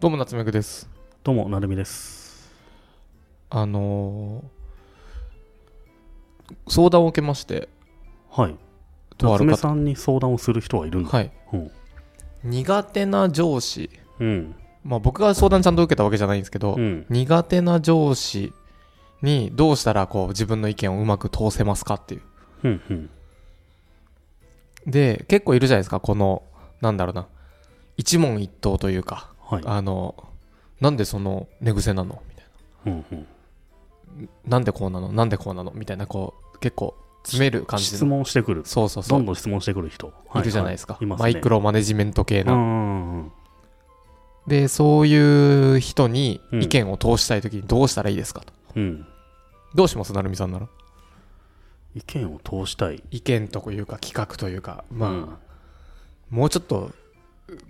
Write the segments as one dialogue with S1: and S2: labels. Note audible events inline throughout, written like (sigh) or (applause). S1: どうも夏目くです
S2: どうもなるみです
S1: あのー相談を受けまして
S2: はい
S1: とあ
S2: 夏
S1: る
S2: 目
S1: 方
S2: さんに相談をする人はいるんだ、
S1: はい
S2: うん
S1: 苦手な上司
S2: うん
S1: まあ僕が相談ちゃんと受けたわけじゃないんですけど、
S2: うん
S1: 苦手な上司にどうしたらこう自分の意見をうまく通せますかっていう
S2: うんうん
S1: で結構いるじゃないですかこのなんだろうな一問一答というか
S2: はい
S1: あのなんでその寝癖なのみたい
S2: うんう
S1: な
S2: ん
S1: なんでこうなのなんでこうなのみたいなこう結構詰める感じ
S2: 質
S1: の
S2: 問してくる
S1: そうそうそ
S2: ど
S1: うん
S2: どん質問してくる人はい
S1: るじゃないですか、
S2: はいいますね
S1: マイクロマネジメント系
S2: う
S1: な、
S2: んうん
S1: でそういう人に
S2: うん
S1: 意見を通したい時にどうしたらいいですかと、
S2: うん
S1: どうします成美さんなら
S2: 意見を通したい
S1: 意見というか企画というかまあ、
S2: うん
S1: もうちょっと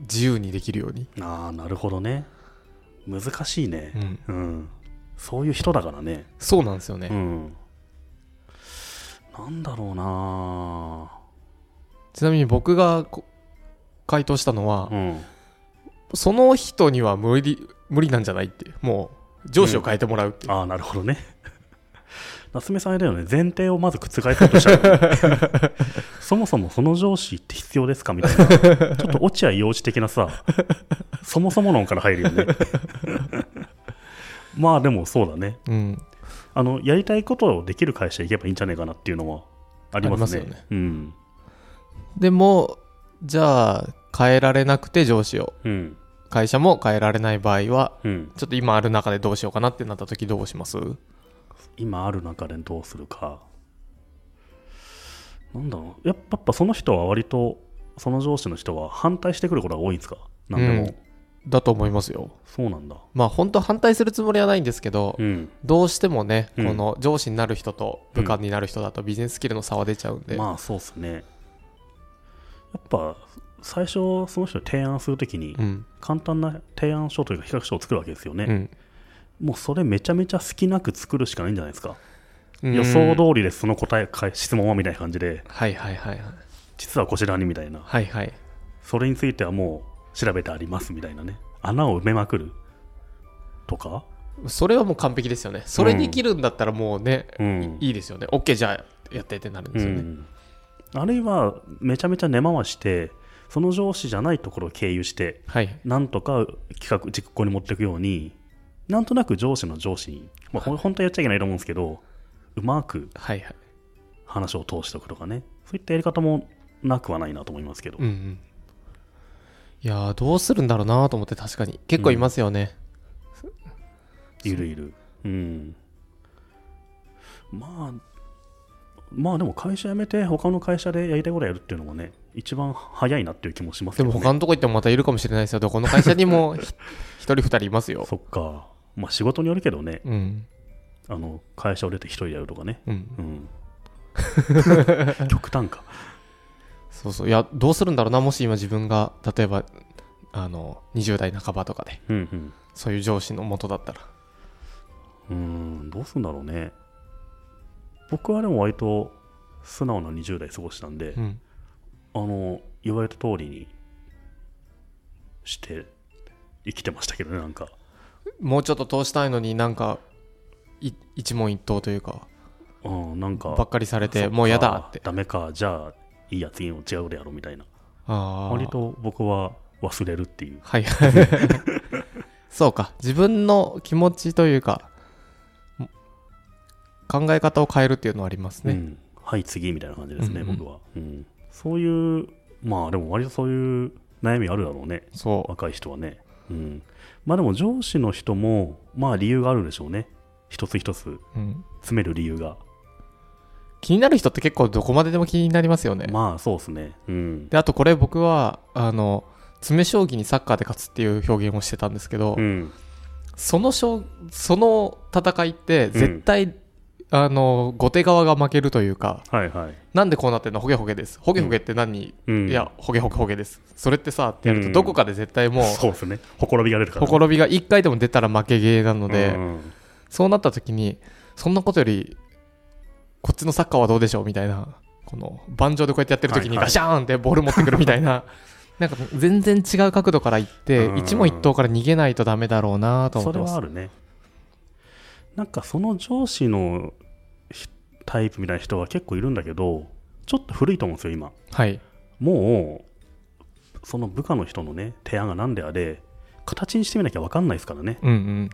S1: 自由にできるように、
S2: ああなるほどね難しいね
S1: うん、
S2: うん、そういう人だからね
S1: そうなんですよね、
S2: うんなんだろうな
S1: ちなみに僕がこ回答したのは、
S2: うん
S1: その人には無理無理なんじゃないっていうもう上司を変えてもらうっていう、
S2: ああなるほどね (laughs) 夏目さんあれだよね前提をまず覆そうとしちゃうよね
S1: (laughs)
S2: そもそもその上司って必要ですかみたいなちょっと落合陽一的なさそもそも論から入るよね (laughs) まあでもそうだね
S1: うん
S2: あのやりたいことをできる会社行けばいいんじゃないかなっていうのはありますね
S1: ありますよね
S2: うん
S1: でもじゃあ変えられなくて上司を
S2: うん
S1: 会社も変えられない場合は
S2: うん
S1: ちょっと今ある中でどうしようかなってなった時どうします
S2: 今ある中でどうするかなんだろうやっぱやっぱその人は割とその上司の人は反対してくることが多いんですかなんでも、
S1: うんだと思いますよ。
S2: そうなんだ
S1: まあ本当反対するつもりはないんですけど、
S2: うん
S1: どうしてもね、
S2: うん
S1: この上司になる人と部下になる人だとビジネススキルの差は出ちゃうんで、
S2: まあそうっすねやっぱ最初その人に提案するときに
S1: うん、
S2: 簡単な提案書というか企画書を作るわけですよ
S1: う
S2: ね、
S1: ん、
S2: もうそれめちゃめちゃ好きなく作るしかないんじゃないですか、
S1: うん
S2: 予想通りですその答えか質問はみたいな感じで
S1: はいはいはいはい
S2: 実はこちらにみたいな
S1: はいはい
S2: それについてはもう調べてありますみたいなね穴を埋めまくるとか、
S1: それはもう完璧ですよねそれできるんだったらもうね、
S2: うん
S1: いいですよね OK じゃあやってってなるんですよね、
S2: うんあるいはめちゃめちゃ根回してその上司じゃないところを経由して
S1: はい
S2: なんとか企画実行に持っていくようになんとなく上司の上司に、まあ、ほん本当はやっちゃいけないと思うんですけどうまく
S1: はいはい
S2: 話を通しておくとかねそういったやり方もなくはないなと思いますけど、
S1: うんうんいやーどうするんだろうなと思って確かに結構いますよね、
S2: いるいるうんまあまあでも会社辞めて他の会社でやりたいことやるっていうのもね一番早いなっていう気もしますけ
S1: で
S2: ど、
S1: も
S2: ね、
S1: 他のとこ行ってもまたいるかもしれないですよどこの会社にも
S2: (laughs)
S1: ひ一人二人いますよ
S2: そっかまあ仕事によるけどね
S1: うん
S2: あの会社を出て一人でやるとかね
S1: うん
S2: うん極端か
S1: そうそういやどうするんだろうなもし今自分が例えばあの20代半ばとかで
S2: うんうん
S1: そういう上司のもとだったら
S2: うーんどうするんだろうね僕はでも割と素直な20代過ごしたんで、
S1: うん
S2: あの言われた通りにして生きてましたけどねなんか
S1: もうちょっと通したいのになんかい一問一答というか
S2: うんなんか
S1: ばっかりされてもうやだって
S2: あダメかじゃあいいや次の違うことやろうみたいな
S1: ああ
S2: 割と僕は忘れるっていう
S1: はい
S2: (laughs)
S1: はいそうか自分の気持ちというかも考え方を変えるっていうのはあります
S2: う
S1: ね、
S2: ん、はい次みたいな感じですね、
S1: うんうん
S2: 僕は、うん、そういうまあでも割とそういう悩みあるだろうね
S1: そう
S2: 若い人はね、うん、まあでも上司の人もまあ理由があるでしょうね一つ一つ
S1: うん
S2: 詰める理由が
S1: 気になる人って結構どこまででも気になりますよね、
S2: まあそうですねうん
S1: であとこれ僕はあの詰め将棋にサッカーで勝つっていう表現をしてたんですけど、
S2: うん
S1: その将その戦いって絶対、あの後手側が負けるというか
S2: はいはい
S1: なんでこうなってんのホゲホゲですホゲホゲって何、
S2: うん
S1: いやホゲホゲホゲですそれってさってやる
S2: う
S1: と
S2: ん
S1: どこかで絶対もう
S2: そうですねほころびが出るから
S1: ほころびが1回でも出たら負けゲーなので、
S2: うん
S1: そうなった時にそんなことよりこっちのサッカーはどうでしょうみたいなこの盤上でこうやってやってる時
S2: はい
S1: に
S2: はい
S1: ガシャーンってボール持ってくるみたいな (laughs) なんか全然違う角度から行って、
S2: うん
S1: 一問一答から逃げないとダメだろうなと思
S2: そ
S1: って
S2: れ
S1: ます
S2: はあるねなんかその上司のひタイプみたいな人は結構いるんだけどちょっと古いと思うんですよ今
S1: はい
S2: もうその部下の人のね提案が何であれ形にしてみなきゃ分かんないですからね
S1: うんうん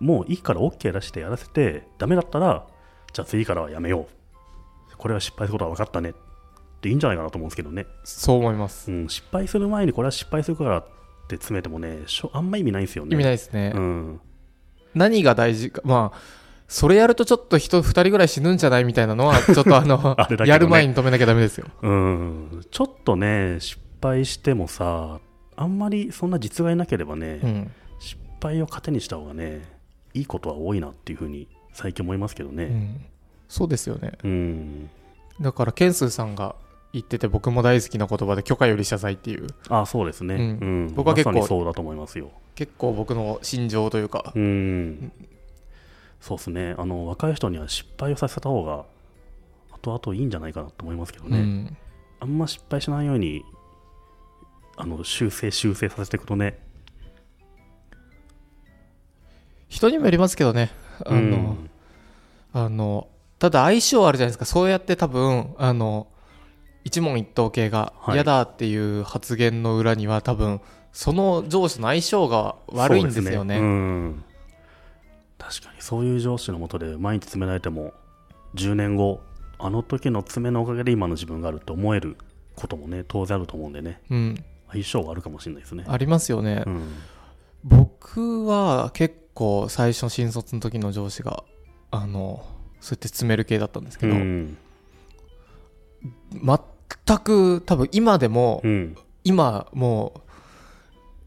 S2: もういいから OK 出してやらせてダメだったらじゃあ次からはやめようこれは失敗することは分かったねっていいんじゃないかなと思うんですけどね、
S1: そう思います
S2: うん、失敗する前にこれは失敗するからって詰めてもねしょあんま意味ないんですよね
S1: 意味ないですね、
S2: うん、
S1: 何が大事かまあそれやるとちょっと人2人ぐらい死ぬんじゃないみたいなのはちょっとあの
S2: (laughs) あれだけどね
S1: やる前に止めなきゃダメですよ
S2: うん、ちょっとね失敗してもさあんまりそんな実害なければね、
S1: うん、
S2: 失敗を糧にした方がねいいことは多いなっていうふうに最近思いますけど
S1: う
S2: ね
S1: ん、そうですよね
S2: うん、
S1: だからケンスーさんが言ってて僕も大好きな言葉で許可より謝罪っていう
S2: あそうですね、
S1: う
S2: うんん
S1: 僕は結構
S2: まさにそうだと思いますよ
S1: 結構僕の心情というか
S2: うん、そうですねあの若い人には失敗をさせた方が後々いいんじゃないかなと思いますけどね、
S1: うん
S2: あんま失敗しないようにあの修正修正させていくとね
S1: 人にもよりますけどねあの、
S2: うん
S1: あのただ相性あるじゃないですかそうやって多分あの一問一答系が
S2: はい
S1: 嫌だっていう発言の裏には多分その上司の相性が悪いんですよね
S2: そううん確かにそういう上司のもとで毎日詰められても10年後あの時の詰めのおかげで今の自分があると思えることもね当然あると思うんでね
S1: うん、
S2: 相性はあるかもしれないですね。
S1: ありますよね、
S2: うん、
S1: 僕は結構最初新卒の時の上司があのそうやって詰める系だったんですけ
S2: う
S1: ど、
S2: ん
S1: 全く多分今でも、
S2: うん
S1: 今もう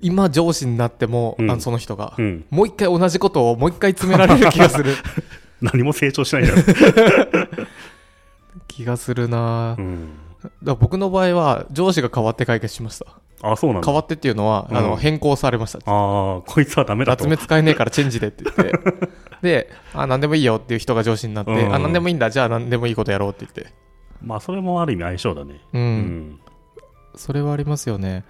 S1: 今上司になっても、
S2: うん
S1: あのその人が、
S2: うん、
S1: もう一回同じことをもう一回詰められる気がす
S2: (laughs)
S1: る
S2: 何も成長しないじゃん、
S1: 気がするなぁ、
S2: う
S1: だか
S2: ん、
S1: ら僕の場合は上司が変わって解決しました
S2: あそうなんだ
S1: 変わってっていうのは、
S2: うん
S1: あの変更されました
S2: ああこいつはダメだと
S1: 夏目使えねえからチェンジでって言
S2: (laughs)
S1: ってであ何でもいいよっていう人が上司になって、
S2: うん
S1: あ何でもいいんだじゃあ何でもいいことやろうって言って
S2: まあそれもある意味相性だね、
S1: うん、
S2: うん、
S1: それはありますよね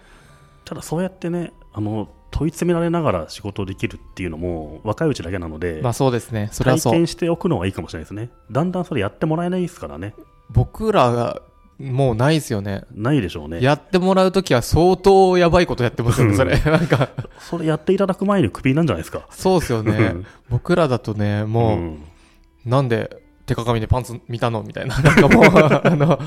S2: ただそうやってねあの問い詰められながら仕事できるっていうのも若いうちだけなので、
S1: まあそうですねそれは
S2: 体
S1: そう
S2: 験しておくのはいいかもしれないですね。だんだんそれやってもらえないですからね。
S1: 僕らがもうないですよね
S2: ないでしょうね。
S1: やってもらうときは相当やばいことやってますよ
S2: う
S1: ね
S2: ん
S1: それなんか
S2: それやっていただく前にクビなんじゃないですか。
S1: そうですよね
S2: うん
S1: 僕らだとねもう、
S2: ん
S1: なんで手鏡でパンツ見たのみたいな。なんかも (laughs) う、あの、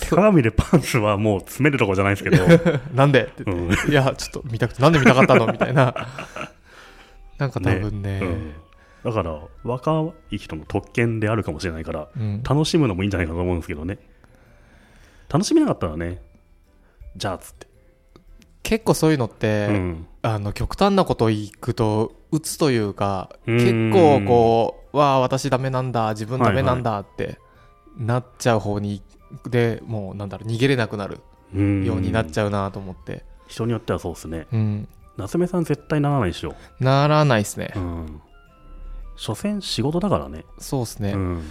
S2: 手鏡でパンツはもう詰めるとこじゃないですけど。
S1: (laughs) なんでって
S2: う
S1: 言っ
S2: ん
S1: ていや、ちょっと見たくて、なんで見たかったのみたいな。なんか多分ね、
S2: うんだから、若い人の特権であるかもしれないから、
S1: うん
S2: 楽しむのもいいんじゃないかと思うんですけどね。楽しめなかったらね、じゃあっつって。
S1: 結構そういうのって、
S2: うん。
S1: あの、極端なこと言くと、打つというか、
S2: うん
S1: 結構こう、わあ、私ダメなんだ、自分ダメなんだってなっちゃう方に、で、もうなんだろう、逃げれなくなる
S2: うん
S1: ようになっちゃうなと思って。
S2: 人によってはそうですね。
S1: うん。
S2: 夏目さん絶対ならないでしょ。
S1: ならないですね
S2: う。ん。所詮仕事だからね。
S1: そうですね。
S2: うん。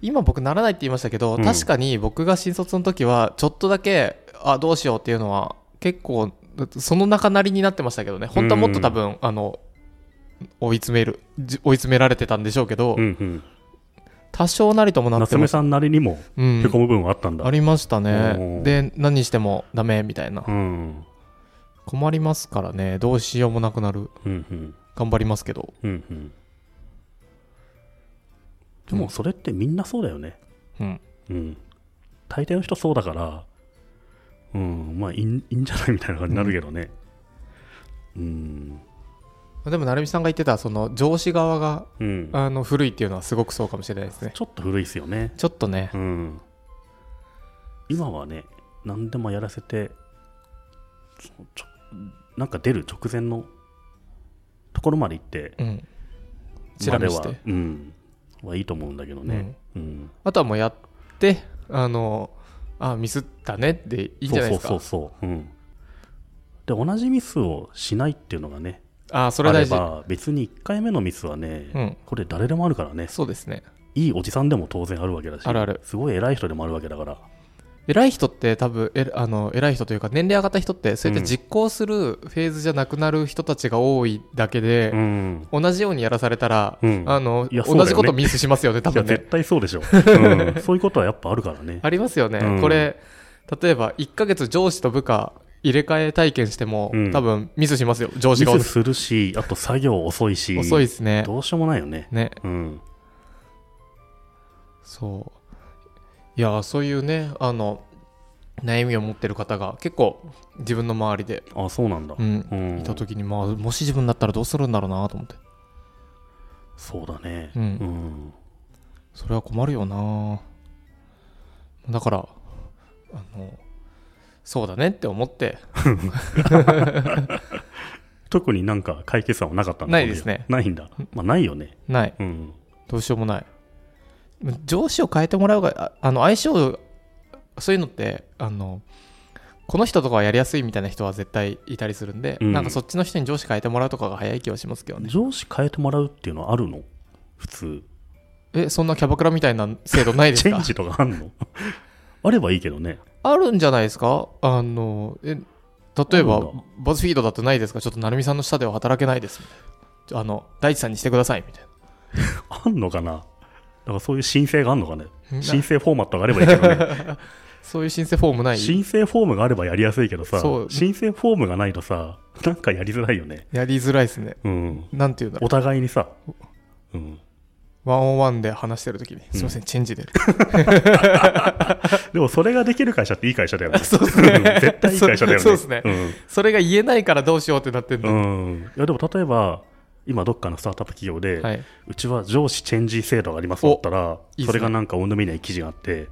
S1: 今僕ならないって言いましたけど、
S2: うん
S1: 確かに僕が新卒の時はちょっとだけあどうしようっていうのは結構その中なりになってましたけどね本当はもっと多分、あの追い詰めるじ追い詰められてたんでしょうけど、
S2: うんうん。
S1: 多少なりともなって
S2: 夏
S1: ま
S2: 目
S1: した、
S2: さんなりにも
S1: う
S2: へこ
S1: ん、
S2: む部分はあったんだ、
S1: ありましたね
S2: おー
S1: で何してもダメみたいな
S2: うん
S1: 困りますからねどうしようもなくなる
S2: うんうん
S1: 頑張りますけど
S2: うんうんでもそれってみんなそうだよね
S1: うん
S2: うん大抵の人そうだからうんまあいいんいいんじゃないみたいな感じになるけどねうん
S1: でも成美さんが言ってたその上司側が
S2: うん、
S1: あの古いっていうのはすごくそうかもしれないですね
S2: ちょっと古いですよね
S1: ちょっとね
S2: うん今はね何でもやらせてそのちょなんか出る直前のところまで行って
S1: うんチラ見して
S2: までは、うん、はいいと思うんだけどね。うん
S1: あとはもうやって、あの、あ、ミスったねっていいんじゃないですか。
S2: そうそうそうそう。うん、で、同じミスをしないっていうのがね、
S1: あ、それ大
S2: あれ
S1: 事。
S2: ば別に1回目のミスはね、
S1: うん
S2: これ誰でもあるからね、
S1: そうですね。
S2: いいおじさんでも当然あるわけだし、
S1: あるある
S2: すごい偉い人でもあるわけだから、
S1: 偉い人って多分えあの偉い人というか年齢上がった人ってそうやって実行するフェーズじゃなくなる人たちが多いだけ
S2: う
S1: で、
S2: ん。
S1: 同じようにやらされたら、
S2: うん
S1: あの
S2: いやそうだ
S1: 同
S2: よね
S1: じことミスしますよね多
S2: いや、
S1: 分ね
S2: 絶対そう
S1: (laughs)
S2: でしょ。うん。そういうことはやっぱあるからね。
S1: ありますよね、
S2: うん
S1: これ例えば1ヶ月上司と部下入れ替え体験しても、
S2: うん
S1: 多分ミスしますよ上司
S2: ミ
S1: が
S2: スするし、あと作業遅いし。
S1: 遅いですね
S2: どうしようもないよね。
S1: ね
S2: うん。
S1: そういやーそういうねあの悩みを持ってる方が結構自分の周りで、
S2: あ、そうなんだ
S1: う。ん
S2: うん
S1: いた時に、まあ、もし自分だったらどうするんだろうなと思って
S2: そうだね。
S1: うん
S2: うん。
S1: それは困るよなだからあのそうだねって思って
S2: 特になんか解決案はなかったんだ
S1: ないですね
S2: ないんだ。まあ、ないよね。
S1: ない
S2: うん。
S1: どうしようもない上司を変えてもらうがああの相性そういうのってあのこの人とかはやりやすいみたいな人は絶対いたりするんで、
S2: うん
S1: なんかそっちの人に上司変えてもらうとかが早い気はしますけどね
S2: 上司変えてもらうっていうのはあるの普通。
S1: えそんなキャバクラみたいな制度ないで
S2: チ (laughs)
S1: す
S2: ェン
S1: か
S2: ジとかあんのあればいいけどね。
S1: あるんじゃないですかあのえ例えば
S2: あるんだ
S1: バズフィードだってないですかちょっと成美さんの下では働けないですみたいなちょあの大地さんにしてくださいみたい
S2: あんのかなだからそういう申請があんのかね
S1: な
S2: 申請フォーマットがあればいいけ
S1: (laughs)
S2: どね。
S1: そういう申請フォームない
S2: 申請フォームがあればやりやすいけどさ
S1: そ、う
S2: 申請フォームがないとさ、なんかやりづらいよね。
S1: やりづらいですね
S2: うん。
S1: なんていうんだろ
S2: お互いにさ、うん。
S1: うワンオンワンで話してるときに、すいませんチェンジで
S2: でもそれができる会社っていい会社だよね。
S1: (laughs) そうですね
S2: ん絶対いい会社だよね。
S1: そうそうですね
S2: ん
S1: それが言えないからどうしようってなってん
S2: う
S1: の、
S2: ん、いやでも例えば今どっかのスタートアップ企業で、
S1: はいう
S2: ちは上司チェンジ制度がありますだったら
S1: いいっすね
S2: それがなんか温度見ない記事があって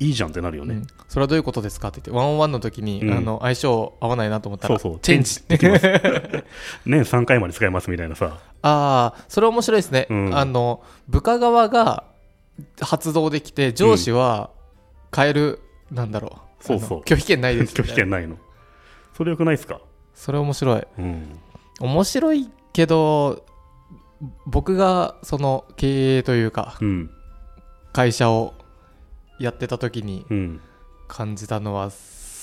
S2: いいじゃんってなるよね、
S1: うんそれはどういうことですかって言ってワンオンワンの時に、
S2: うん
S1: あの相性合わないなと思ったら
S2: そうそう
S1: チェンジ
S2: できます (laughs) 年3回まで使えますみたいなさ
S1: ああそれ面白いですね、
S2: うん
S1: あの部下側が発動できて上司は変える、なんだろう
S2: そうそう
S1: あの拒否権ないです
S2: 拒
S1: みた
S2: 否
S1: いな
S2: 権ないのそれよくないですか、
S1: それ面白い
S2: うん、
S1: 面白いけど僕がその経営というか
S2: うん
S1: 会社をやってた時に
S2: うん
S1: 感じたのは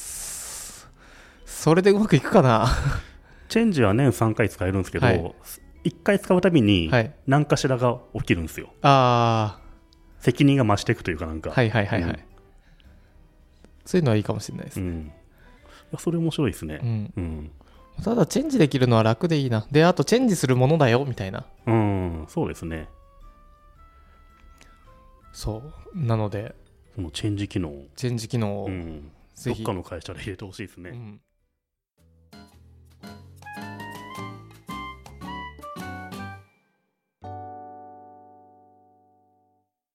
S1: そそれでうまくいくかな (laughs)
S2: チェンジは年3回使えるんですけど、
S1: はい
S2: 1回使うたびに
S1: はい
S2: 何かしらが起きるんですよ、
S1: あ
S2: 責任が増していくというかなん
S1: あ
S2: か
S1: はいはいはいはい、
S2: うん
S1: そういうのはいいかもしれないです、
S2: う
S1: ね
S2: んいやそれ面白いですね
S1: うん
S2: うん、
S1: ただチェンジできるのは楽でいいなであとチェンジするものだよみたいな
S2: うん、そうですね
S1: そうなので
S2: このチェンジ機能を、
S1: チェンジ機能を
S2: うん、ど
S1: ぜ
S2: っ
S1: ひ、
S2: かの会社で入れてほしいですね。
S1: うん